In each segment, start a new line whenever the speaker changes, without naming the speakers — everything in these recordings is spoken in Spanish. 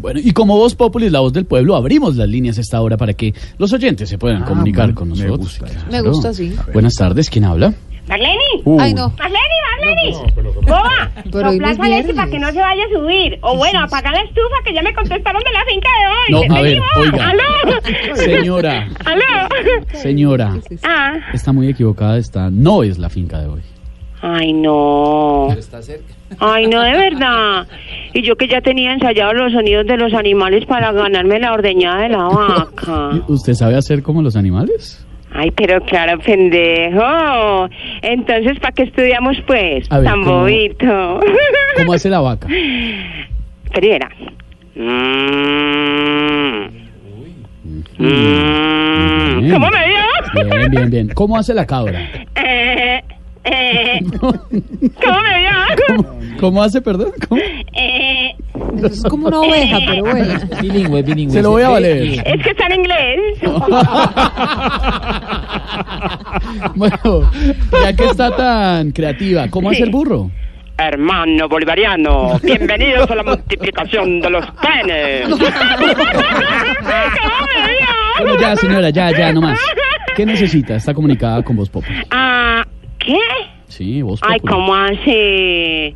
Bueno, y como Voz Populi, la voz del pueblo, abrimos las líneas a esta hora para que los oyentes se puedan
Ah,
comunicar
bueno,
con
me
nosotros.
gusta eso.
Me gusta, sí.
A ver. Buenas tardes, ¿quién habla?
Marleni,
Uh.
Ay, no.
Marleni, Marleni. Boba,
Pero hoy no
sopla
es
esa leche para
viernes.
que no se vaya a subir. O bueno, apaga la estufa que ya me contestaron de la finca de hoy.
No, a ver,
Vení,
oiga.
Boba. Aló.
Señora,
Aló.
señora,
Ah.
está muy equivocada, esta no es la finca de hoy.
Ay, no. Ay, no, de verdad. Y yo que ya tenía ensayado los sonidos de los animales para ganarme la ordeñada de la vaca.
¿Usted sabe hacer como los animales?
Ay, pero claro, pendejo. Entonces, ¿para qué estudiamos, pues?
A ver,
Tan
¿cómo-
bobito.
¿Cómo hace la vaca?
Primera. Mm. Mm.
Bien.
¿Cómo me vio?
Bien, bien, bien. ¿Cómo hace la cabra?
Eh, eh. ¿Cómo me vio?
¿Cómo, cómo hace, perdón? ¿Cómo?
Eh,
Eso es como una oveja, pero bueno.
Bilingüe, bilingüe.
Se lo voy a valer.
es que está en inglés.
Bueno, ya que está tan creativa, ¿cómo hace el burro?
Hermano bolivariano, bienvenidos a la multiplicación de los penes. ¿Cómo me vio?
Bueno, ya, señora, ya, ya, no más. ¿Qué necesita? Está comunicada con Voz Populi.
Ah, ¿qué?
Sí, Voz Populi.
Ay, ¿cómo así?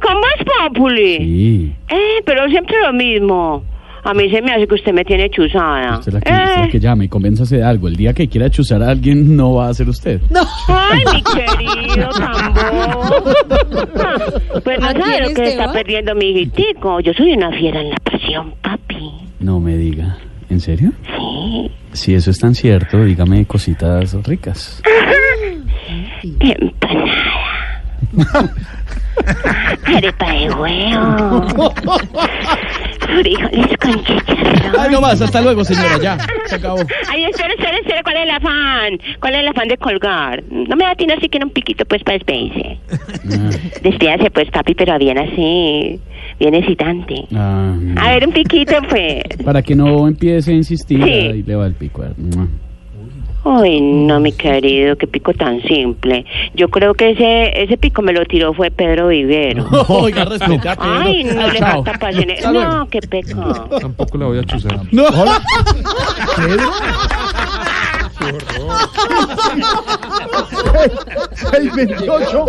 ¿Cómo es Populi?
Sí.
Eh, pero siempre lo mismo. A mí se me hace que usted me tiene chusada.
Usted es la que, usted es la
eh.
que llame y convénzase de algo. El día que quiera chuzar a alguien, no va a ser usted.
Ay, mi querido tambor. Ah, Pues no
¿A quién
sabe lo que
este
está
va?
perdiendo mi hijitico. Yo soy una fiera en la pasión, papi.
No me diga. ¿En serio?
Sí.
Si eso es tan cierto, dígame cositas ricas.
Empanada. Arepa de huevo. Frijoles con chicharrón.
Ay, no más. Hasta luego, señora. Ya. Se acabó.
Ay, espera, espera, espera, ¿cuál es el afán? ¿Cuál es el afán de colgar? No me va a tirar siquiera un piquito, pues, para despedirse. Despídase, pues, papi, pero bien así, bien excitante.
Ah,
A ver, un piquito, pues.
para que no empiece a insistir,
Sí.
ahí le va el pico. a ver. Mua.
Ay, no, mi querido, qué pico tan simple. Yo creo que ese ese pico me lo tiró fue Pedro Vivero.
Oiga, respete a Pedro.
Ay, no
Ah,
le
chao.
falta pasión.
Hasta luego.
No, qué pecado.
Tampoco la voy a chuzar.
No. Hola. El 28